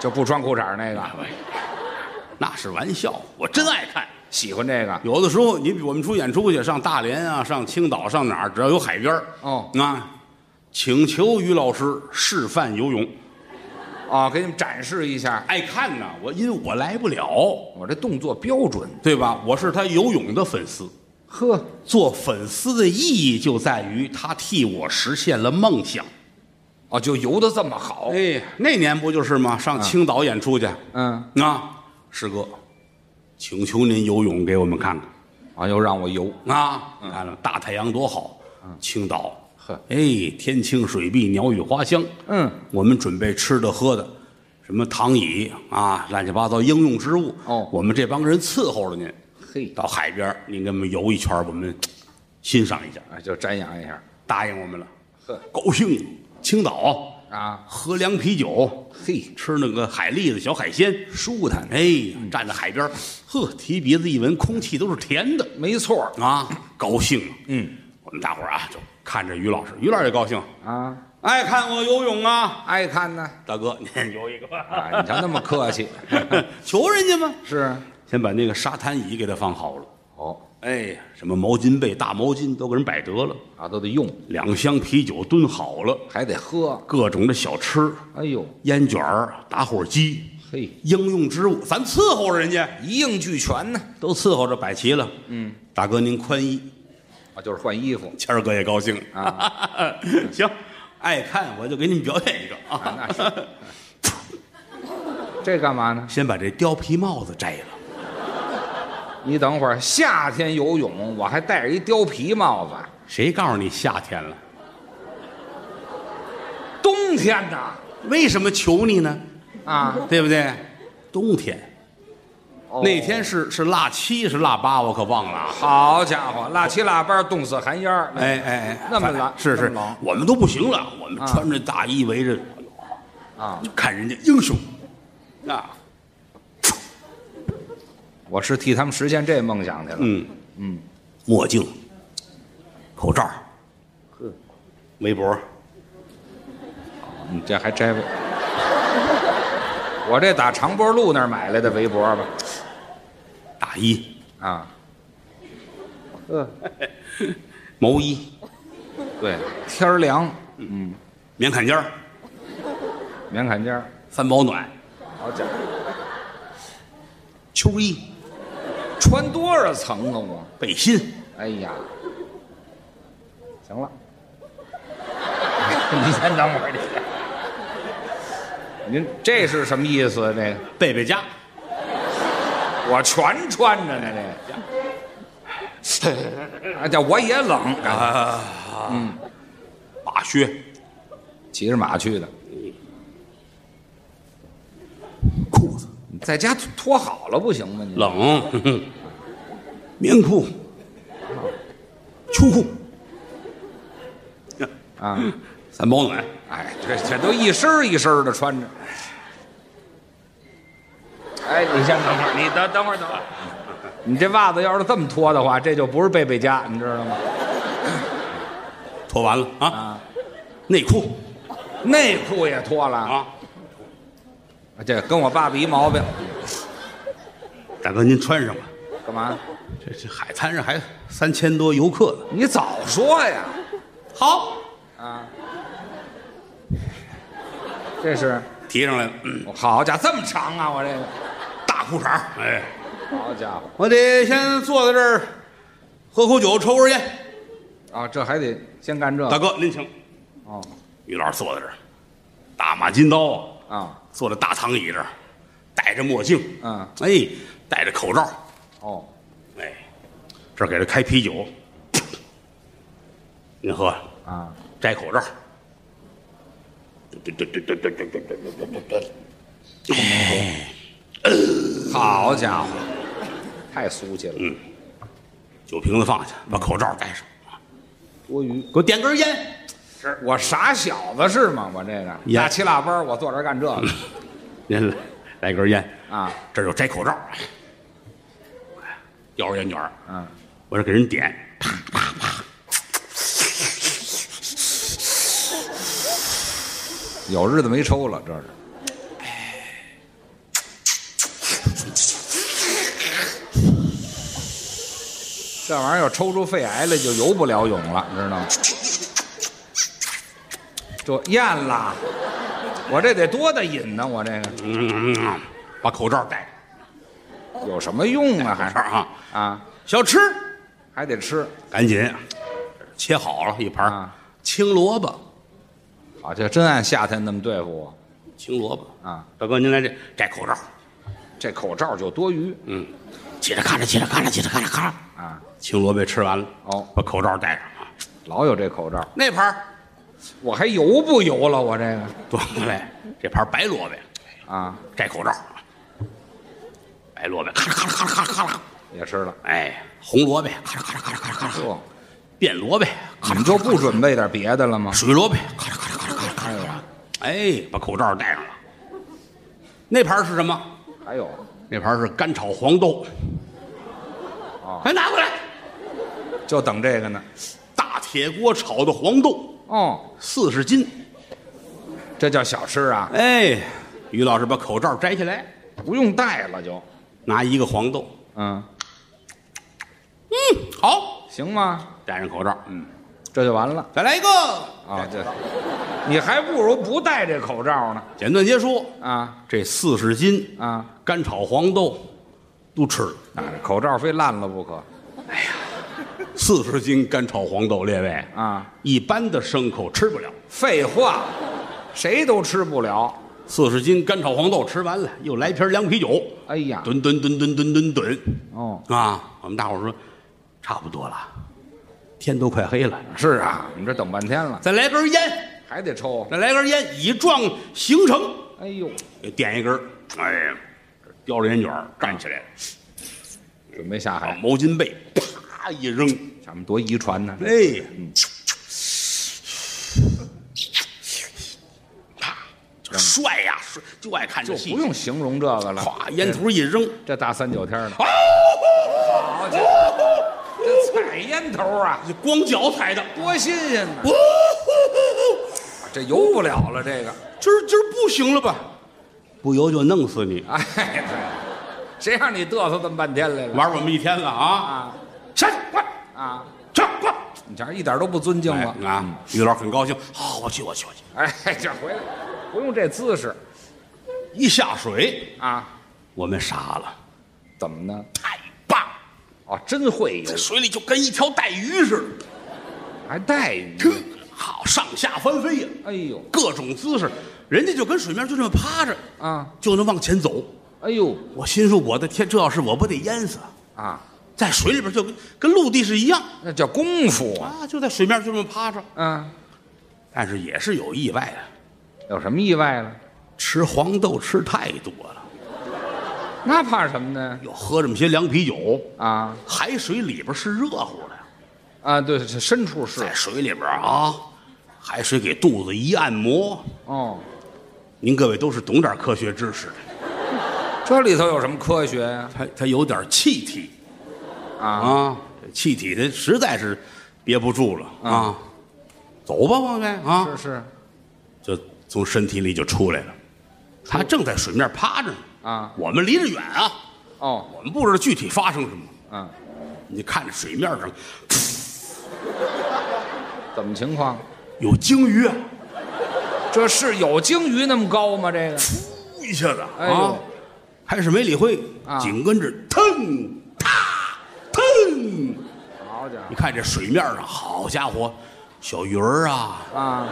C: 就不穿裤衩那个，
B: 哎那是玩笑，我真爱看。
C: 喜欢这个。
B: 有的时候你比我们出演出去，上大连啊，上青岛，上哪儿，只要有海边儿
C: 哦
B: 啊，请求于老师示范游泳。
C: 啊，给你们展示一下，
B: 爱看呐，我因为我来不了，
C: 我这动作标准。
B: 对吧？我是他游泳的粉丝，
C: 呵，
B: 做粉丝的意义就在于他替我实现了梦想。
C: 哦，就游得这么好。
B: 哎，那年不就是吗？上青岛演出去，
C: 嗯，
B: 啊，师哥，请求您游泳给我们看看。
C: 啊，又让我游，
B: 啊，看了大太阳多好，青岛，
C: 嗯呵
B: 哎，天清水碧，鸟语花香。
C: 嗯，
B: 我们准备吃的喝的，什么躺椅啊，乱七八糟应用之物。
C: 哦
B: 我们这帮人伺候着您，
C: 嘿，
B: 到海边儿您给我们游一圈儿，我们嘖欣赏一下。
C: 啊，就瞻仰一下，
B: 答应我们了，
C: 呵
B: 高兴。青岛
C: 啊，
B: 喝凉啤酒，
C: 嘿，
B: 吃那个海蛎子小海鲜，
C: 舒坦，
B: 哎，站在海边儿，呵，提鼻子一闻，空气都是甜的。
C: 没错儿
B: 啊，高兴。
C: 嗯，
B: 我们大伙儿啊，就看着于老师，于老师也高兴，
C: 啊，
B: 爱哎看我游泳啊，
C: 爱看呢，
B: 大哥，您 游一个吧，
C: 啊，你瞧那么客气，
B: 求人家吗？
C: 是，啊
B: 先把那个沙滩椅给他放好了，
C: 哦，
B: 哎，什么毛巾被、大毛巾都给人摆得了，
C: 啊，都得用，
B: 两箱啤酒炖好了，
C: 还得喝，
B: 各种的小吃，
C: 哎呦，
B: 烟卷儿、打火机，
C: 嘿，
B: 应用之物，咱伺候着人家，
C: 一应俱全呢，
B: 都伺候着摆齐了。嗯，大哥您宽衣，
C: 啊，就是换衣服，
B: 谦儿哥也高兴啊。 行，爱看我就给你们表演一个啊。
C: 那是，这干嘛呢？
B: 先把这貂皮帽子摘了，
C: 你等会儿，夏天游泳，我还戴着一貂皮帽子。
B: 谁告诉你夏天了？
C: 冬天呐，
B: 为什么求你呢？
C: 啊，
B: 对不对？冬天、
C: 哦
B: 那天是是腊七是腊八，我可忘了啊。
C: 好家伙，腊七腊八，冻死寒烟儿。
B: 哎哎哎，
C: 那么
B: 反正
C: 冷
B: 是
C: 那
B: 是
C: 么冷，
B: 我们都不行了，我们
C: 啊
B: 穿着大衣围着，
C: 啊，
B: 看人家英雄，啊，
C: 我是替他们实现这梦想去了。
B: 嗯嗯，墨镜、口罩、
C: 呵，
B: 围脖，
C: 你这还摘围？我这打长波路那儿买来的围脖吧。
B: 大衣、
C: 啊，呃，
B: 毛衣、
C: 对，天儿凉，
B: 棉坎肩儿
C: 棉坎肩儿，
B: 三保暖、
C: 好家伙，
B: 秋衣、
C: 穿多少层啊我？
B: 背心。
C: 哎呀，行了， 你先等会儿，你您这是什么意思啊？这个
B: 贝贝家，
C: 我全穿着呢，这个。哎呀，我也冷，
B: 马靴、
C: 骑着马去的，
B: 裤子
C: 你在家脱好了不行吗？你
B: 冷， 哼哼棉裤、秋裤，
C: 啊，
B: 三保暖，
C: 哎，这这都一身儿一身儿的穿着。哎，你先等会儿，你等等会儿，等会儿。你这袜子要是这么脱的话，这就不是贝贝家，你知道吗？
B: 脱完了啊，
C: 啊
B: 内裤
C: 内裤也脱了啊，
B: 啊，
C: 这跟我爸爸一毛病。
B: 大哥您穿上吧，
C: 干嘛？
B: 这这海滩上还三千多游客呢，
C: 你早说呀！
B: 好，
C: 这是，
B: 提上来了，嗯
C: 好家伙，这么长啊！我这个，
B: 大裤衩儿，哎，
C: 好家伙
B: 我得先坐在这儿喝口酒，抽根烟，
C: 啊，这还得先干这
B: 大
C: 个
B: 哥您请，
C: 哦
B: 于老师坐在这儿，大马金刀啊，
C: 啊，
B: 坐在大躺椅这儿，戴着墨镜，
C: 嗯
B: 哎，戴着口罩。
C: 哦，
B: 哎，这儿给他开啤酒，您喝，
C: 啊，
B: 摘口罩。对对对对对对对对对对对，
C: 好家伙，嗯太俗气了，
B: 酒瓶子放下，把口罩戴上，
C: 多余。
B: 给我点根烟。
C: 我傻小子是吗？我这个
B: 呀
C: 大七腊八，我坐这儿干这个
B: 您来来根烟，
C: 啊，
B: 这儿有摘口罩，叼着烟卷儿
C: 嗯，
B: 我这给人点，啪
C: 有日子没抽了，这是。这玩意儿要抽出肺癌来，就游不了泳了，知道吗？这咽了，我这得多大瘾呢？我这个
B: 嗯，嗯把口罩戴
C: 有什么用啊？
B: 上这
C: 还
B: 儿啊。
C: 啊，
B: 小吃，
C: 还得吃。
B: 赶紧切好了一盘儿
C: 啊
B: 青萝卜，
C: 好，啊这真按夏天那么对付我
B: 青萝卜
C: 啊！
B: 大哥，您来这摘口罩。
C: 这口罩就多余。
B: 嗯，嘁哩咔嚓，嘁哩咔嚓，嘁哩咔嚓咔嚓，
C: 啊，
B: 青萝卜吃完了，
C: 哦
B: 把口罩戴上啊，
C: 老有这口罩，
B: 那盘儿
C: 我还油不油了？我这个
B: 端过来，这盘儿白萝卜，
C: 啊，
B: 摘口罩啊，白萝卜咔嚓咔嚓咔嚓咔嚓咔嚓，
C: 也吃了。
B: 哎，红萝卜咔嚓咔嚓咔嚓咔嚓咔
C: 嚯
B: 嚓，，变萝卜咔
C: 你
B: 嚓咔
C: 们就
B: 嚓，
C: 不准备点别的了 吗？
B: 水萝卜咔嚓咔嚓咔嚓咔嚓咔嚓
C: 哎
B: 咔嚓
C: 呀，
B: 哎，把口罩戴上了。那盘儿是什么？
C: 还有
B: 那盘儿是干炒黄豆。
C: 哦
B: 哎，拿过来，
C: 就等这个呢。
B: 大铁锅炒的黄豆，
C: 哦，
B: 四十斤。
C: 这叫小吃啊，
B: 哎，于老师把口罩摘下来，
C: 不用带了就。
B: 拿一个黄豆，嗯
C: 嗯，
B: 好，
C: 行吗？
B: 戴上口罩，嗯，
C: 这就完了
B: 再来一个，
C: 啊，这你还不如不戴这口罩呢。
B: 简短结束。
C: 啊
B: 这四十斤
C: 啊，
B: 干炒黄豆都吃了，
C: 啊这口罩非烂了不可
B: 四十斤干炒黄豆，列位，
C: 啊！
B: 一般的牲口吃不了。
C: 废话，谁都吃不了。
B: 四十斤干炒黄豆吃完了，又来瓶凉啤酒，
C: 哎呀，
B: 吨吨吨吨吨吨吨，
C: 哦，
B: 啊！我们大伙儿说，差不多了，天都快黑了，
C: 是啊，我们这等半天了，
B: 再来根烟，
C: 还得抽。
B: 再来根烟，以壮行程。
C: 哎呦，
B: 给点一根儿，哎呀，叼着烟卷儿站起来了，
C: 准备下
B: 把
C: 海，
B: 毛巾被啪一扔，
C: 咱们多遗传呢。
B: 哎，啪，就帅呀，帅就嗯爱看
C: 就
B: 这戏
C: 不，用形容这个了。
B: 咵，烟头一扔，
C: 这大三九天呢，
B: 哦，
C: 好家伙，这踩烟头啊，
B: 这光脚踩的，
C: 多新鲜呢！
B: 哦，
C: 这游不了了，这个，
B: 今儿今儿不行了吧？不游就弄死你！
C: 哎，谁让你嘚瑟这么半天来了？
B: 玩我们一天了啊！
C: 啊
B: 下去，快，
C: 啊！
B: 去，快！
C: 你瞧，一点都不尊敬
B: 哎
C: 了。
B: 啊，于老师很高兴，好，我去，我去，我去！
C: 哎，这回来不用这姿势
B: 一下水，
C: 啊？
B: 我们傻了，
C: 怎么呢？
B: 太棒！
C: 哦，真会游
B: 在，水里就跟一条带鱼似的，
C: 还带鱼。
B: 好上下翻飞呀，
C: 哎呦
B: 各种姿势，人家就跟水面就这么趴着，
C: 啊，
B: 就能往前走。
C: 哎呦
B: 我心说，我的天，这要是我不得淹死啊？
C: 啊，
B: 在水里边就跟跟陆地是一样
C: 那叫功夫啊！
B: 啊，就在水面就这么趴着。
C: 啊，
B: 但是也是有意外啊的，
C: 有什么意外了？
B: 吃黄豆吃太多了，
C: 那怕什么呢？
B: 又喝这么些凉啤酒，
C: 啊
B: 海水里边是热乎的，
C: 啊，对，这深处是
B: 在水里边啊，海水给肚子一按摩。
C: 哦，
B: 您各位都是懂点科学知识的，
C: 这里头有什么科学呀？
B: 它它有点气体。
C: 啊，
B: 啊，这气体它实在是憋不住了啊，走吧，王源啊，
C: 是是
B: 就从身体里就出来了。他正在水面趴着呢，
C: 啊，
B: 我们离着远啊，
C: 哦，
B: 我们不知道具体发生什么。
C: 嗯，
B: 你看着水面上
C: 怎么情况？
B: 有鲸鱼啊，
C: 这是有鲸鱼那么高吗？这个
B: 噗一下子
C: 哎呦
B: 啊，开始没理会
C: 啊，
B: 紧跟着腾踏腾，
C: 好家
B: 你看这水面上，好家伙，小鱼儿啊，
C: 伙啊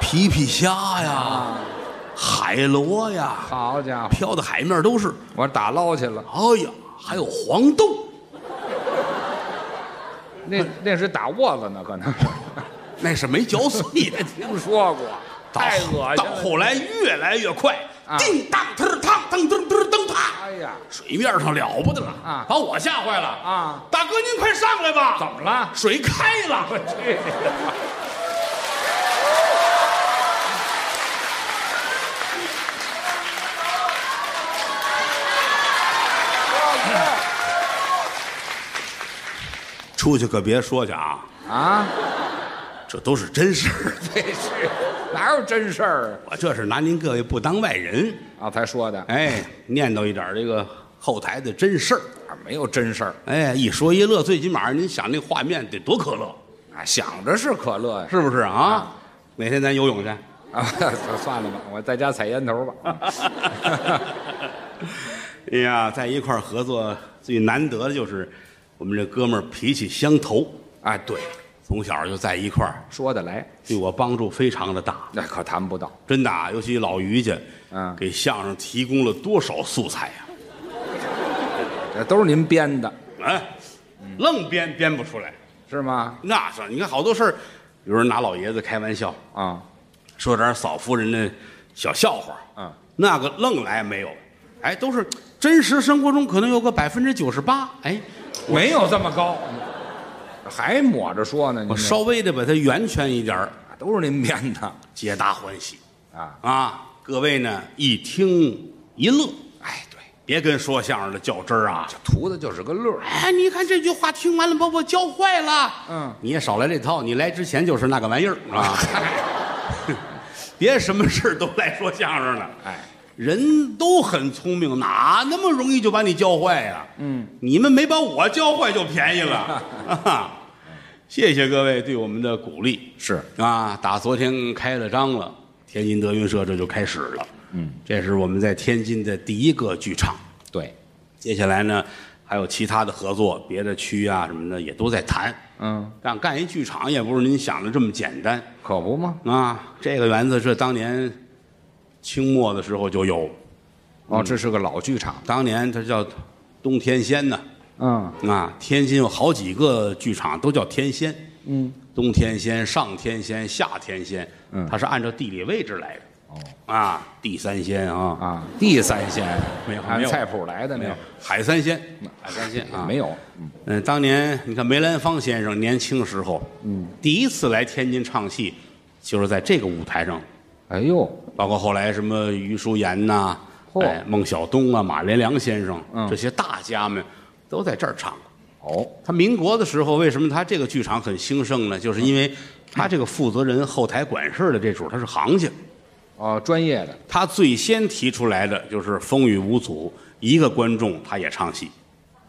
B: 皮皮虾呀，
C: 啊，
B: 海螺呀，
C: 好家伙！
B: 飘到海面都是。
C: 我打捞去了，
B: 哎呀，还有黄豆，
C: 那那是打窝子呢，可能是
B: 那是没嚼碎的。
C: 听说过，
B: 到
C: 太恶心
B: 到
C: 了。
B: 后来越来越快，
C: 啊
B: 叮当腾儿当噔噔噔噔啪，
C: 哎呀，
B: 水面上了不得了
C: 啊
B: 把我吓坏了
C: 啊！
B: 大哥，您快上来吧，
C: 怎么了？
B: 水开 了，
C: 去你的吧！
B: 出去可别说去啊，
C: 啊，
B: 这都是真事儿。
C: 这是哪有真事儿
B: 我这是拿您各位不当外人，
C: 啊？才说的，
B: 哎，念叨一点这个后台的真事儿。
C: 啊没有真事儿
B: 哎，一说一乐，最起码您想那画面得多可乐，
C: 啊，想着是可乐呀
B: 是不是啊？哪天咱游泳去？
C: 啊， 算了吧，我在家采烟头吧。
B: 哎呀，在一块儿合作最难得的就是我们这哥们儿脾气相投，哎
C: 啊，对，
B: 从小就在一块儿，
C: 说得来，
B: 对我帮助非常的大，
C: 那可谈不到。
B: 真的啊，尤其老于家，
C: 嗯
B: 啊给相声提供了多少素材呀、
C: 这都是您编的，
B: 哎，愣编编不出来。
C: 是吗？
B: 那是，你看好多事儿，有人拿老爷子开玩笑，
C: 啊，
B: 说点嫂夫人的小笑话，
C: 嗯，
B: 那个愣来没有，哎，都是真实生活中可能有个百分之九十八，哎，
C: 没有这么高，还抹着说呢。您
B: 我
C: 这
B: 稍微的把它圆圈一点儿
C: 都是您编的
B: 皆大欢喜
C: 啊！
B: 啊！各位呢一听一乐，
C: 哎，对，
B: 别跟说相声的较真儿啊！
C: 图的就是个乐儿
B: 哎，你看这句话听完了，把我教坏了。
C: 嗯，
B: 你也少来这套，你来之前就是那个玩意儿啊！ 别什么事儿都来说相声了。
C: 哎，
B: 人都很聪明，哪那么容易就把你教坏呀、嗯，你们没把我教坏就便宜了。啊谢谢各位对我们的鼓励。
C: 是
B: 啊，打昨天开了张了，天津德云社这就开始了。嗯，这是我们在天津的第一个剧场。
C: 对，
B: 接下来呢，还有其他的合作，别的区啊什么的也都在谈。
C: 嗯，
B: 但干一剧场也不是您想的这么简单
C: 可不吗？
B: 啊！这个园子是当年清末的时候就有，
C: 哦，这是个老剧场，
B: 当年它叫东天仙呢。
C: 嗯，
B: 啊，天津有好几个剧场都叫天仙，嗯，东天仙、上天仙、下天仙，嗯，它是按照地理位置来的。哦，啊，地三仙啊，
C: 啊，地三鲜
B: 没有
C: 按
B: 没有
C: 菜谱来的那个
B: 海三仙，海三仙啊，
C: 没有，
B: 嗯，当年你看梅兰芳先生年轻时候，嗯，第一次来天津唱戏，就是在这个舞台上，
C: 哎呦，
B: 包括后来什么余淑妍呐、
C: 嚯
B: 哎孟小冬啊、马连良先生，
C: 嗯
B: 这些大家们都在这儿唱。
C: 哦，
B: 他民国的时候，为什么他这个剧场很兴盛呢？就是因为他这个负责人后台管事儿的这主，他是行家，
C: 哦，专业的，
B: 他最先提出来的就是风雨无阻，一个观众他也唱戏。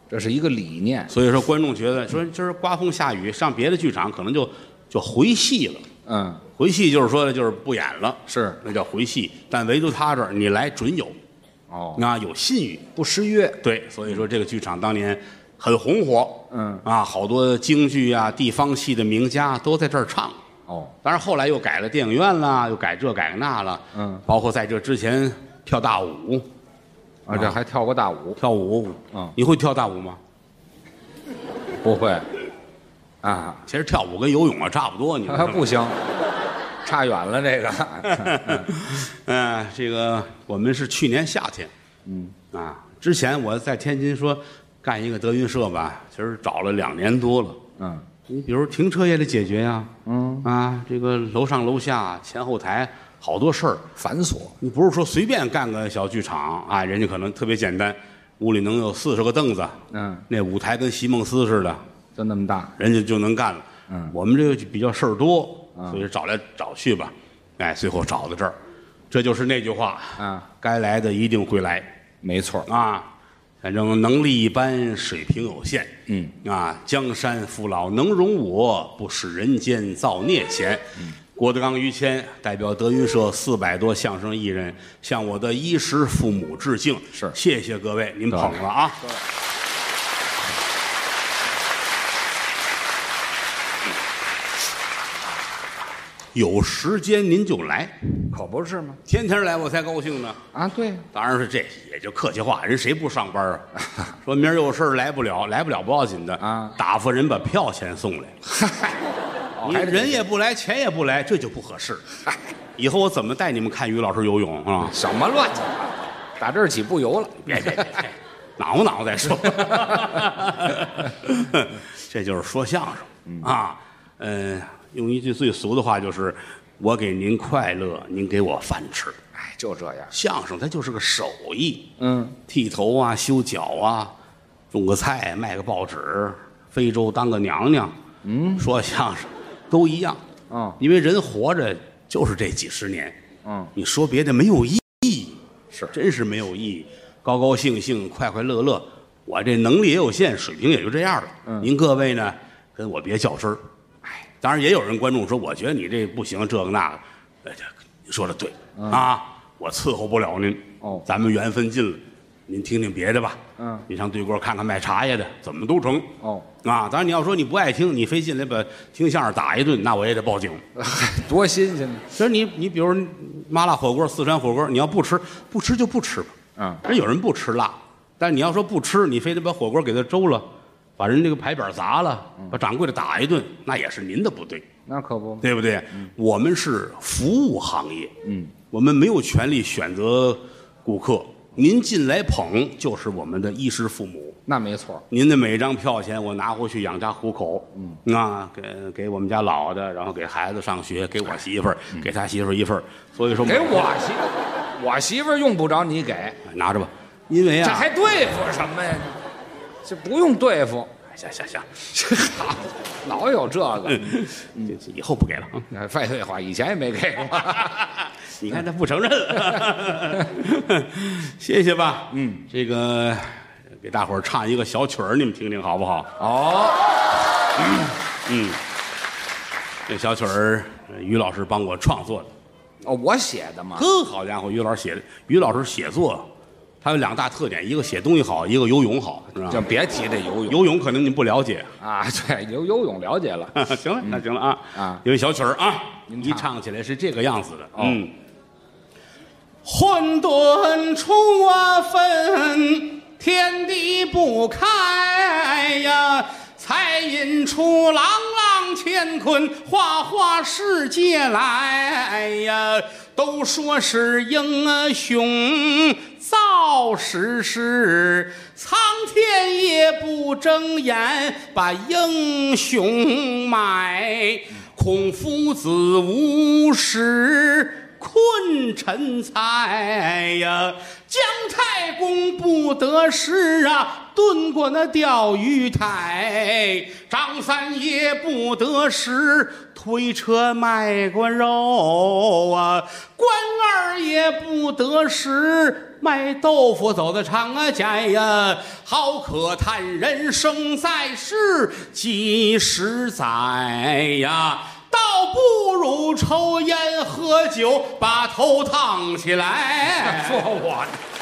C: 这是一个理念，
B: 所以说，观众觉得说今儿刮风下雨，上别的剧场可能就就回戏了。
C: 嗯，
B: 回戏就是说的就是不演了，
C: 是，
B: 那叫回戏。但唯独他这儿，你来准有，
C: 哦，
B: 啊，有信誉。
C: 不失约，
B: 对，所以说这个剧场当年很红火，
C: 嗯，
B: 啊，好多京剧啊、地方戏的名家都在这儿唱。
C: 哦，
B: 当然后来又改了电影院啦，又改这改那了，
C: 嗯，
B: 包括在这之前跳大舞，
C: 啊，这还跳过大舞，
B: 跳舞，
C: 嗯
B: 你会跳大舞吗？
C: 不会，啊，
B: 其实跳舞跟游泳啊差不多， 你知道
C: 啊
B: 吗？
C: 不行，差远了这 个，
B: 嗯，这个我们是去年夏天，嗯啊，之前我在天津说干一个德云社吧，其实找了两年多了。
C: 嗯，
B: 你比如停车也得解决呀，
C: 嗯
B: 啊，这个楼上楼下前后台好多事儿，
C: 繁琐，
B: 你不是说随便干个小剧场啊，人家可能特别简单，屋里能有四十个凳子，
C: 嗯，
B: 那舞台跟席梦思似的，
C: 就那么大，
B: 人家就能干了。
C: 嗯
B: 我们这个就比较事儿多，所以找来找去吧，哎，最后找到这儿，这就是那句话，
C: 嗯，
B: 该来的一定会来
C: 没错，
B: 啊。反正能力一般，水平有限。
C: 嗯
B: 啊，江山父老能容我，不使人间造孽钱。
C: 嗯
B: 郭德纲、于谦代表德云社四百多相声艺人，向我的衣食父母致敬。
C: 是
B: 谢谢各位，您
C: 对
B: 捧了啊。有时间您就来，
C: 可不是吗？
B: 天天来我才高兴呢。
C: 啊，对，
B: 当然是这也就客气话，人谁不上班啊？ 说明儿有事儿来不了，来不了不要紧的
C: 啊
B: 打发人把票钱送来。你
C: 还得
B: 人也不来，钱也不来，这就不合适。以后我怎么带你们看于老师游泳啊？
C: 什么乱七八糟，打这儿起不游了，
B: 别 别别，别暖和暖和再说。 这就是说相声啊，嗯，用一句最俗的话就是，我给您快乐，您给我饭吃。
C: 哎，就这样，
B: 相声它就是个手艺，
C: 嗯，
B: 剃头啊，修脚啊，种个菜，卖个报纸，非洲当个娘娘，嗯，说相声都一样，
C: 嗯
B: 因为人活着就是这几十年，
C: 嗯，
B: 你说别的没有意义，
C: 是
B: 真是没有意义，高高兴兴，快快乐乐，我这能力也有限，水平也就这样了，嗯，您各位呢，跟我别较真儿，哎，当然也有人观众说，我觉得你这不行，这个那个，呃，这您说的对、啊，我伺候不了您，
C: 嗯哦
B: 咱们缘分尽了，您听听别的吧。
C: 嗯
B: 你上对过看看卖茶叶的，怎么都成。
C: 哦，
B: 啊，当然你要说你不爱听，你非进来把听相声打一顿，那我也得报警。
C: 多新鲜呢，
B: 其实你你比如麻辣火锅、四川火锅，你要不吃，不吃就不吃吧。哎
C: 嗯
B: 人有人不吃辣，但你要说不吃，你非得把火锅给他周了，把人这个牌匾砸了，把掌柜的打一顿，那也是您的不对，
C: 那可不，
B: 对不对？我们是服务行业，
C: 嗯，
B: 我们没有权利选择顾客。您进来捧就是我们的衣食父母，
C: 那没错，
B: 您的每一张票钱我拿回去养家糊口，嗯，啊，给给我们家老的，然后给孩子上学，给我媳妇儿，给他媳妇儿一份儿所以说
C: 嗯给我媳妇，我媳妇儿用不着你给，
B: 拿着吧，因为
C: 这
B: 啊，
C: 还对付什么呀？这不用对付，
B: 行行 行，
C: 好，老有这个。
B: 这这以后不给了啊。
C: 那废废话，以前也没给过。
B: 你看他不承认了， 谢谢吧。嗯，这个给大伙儿唱一个小曲儿，你们听听好不好？
C: 哦，
B: 这小曲儿呃于老师帮我创作的，
C: 哦，我写的嘛。
B: 呵，好家伙，于老师写的，于老师写作，他有两大特点，一个写东西好，一个游泳好，是吧
C: 就？别提这游泳
B: 游泳可能您不了解，
C: 啊，对，游游泳了解了。
B: 行了，那行了啊
C: 啊
B: 有一小曲儿啊，
C: 您
B: 一
C: 唱哦
B: 唱起来是这个样子的，嗯，混沌初啊分，天地不开呀，才引出朗朗乾坤，花花世界来呀。都说是英雄造时势，苍天也不睁眼把英雄埋。孔夫子无识。困臣才呀，姜太公不得势啊，遁过那钓鱼台；张三爷不得势，推车卖过肉啊；关二爷不得势，卖豆腐走的长啊家呀。好可叹人生在世几十载呀。倒不如抽烟喝酒，把头烫起来。
C: 说我呢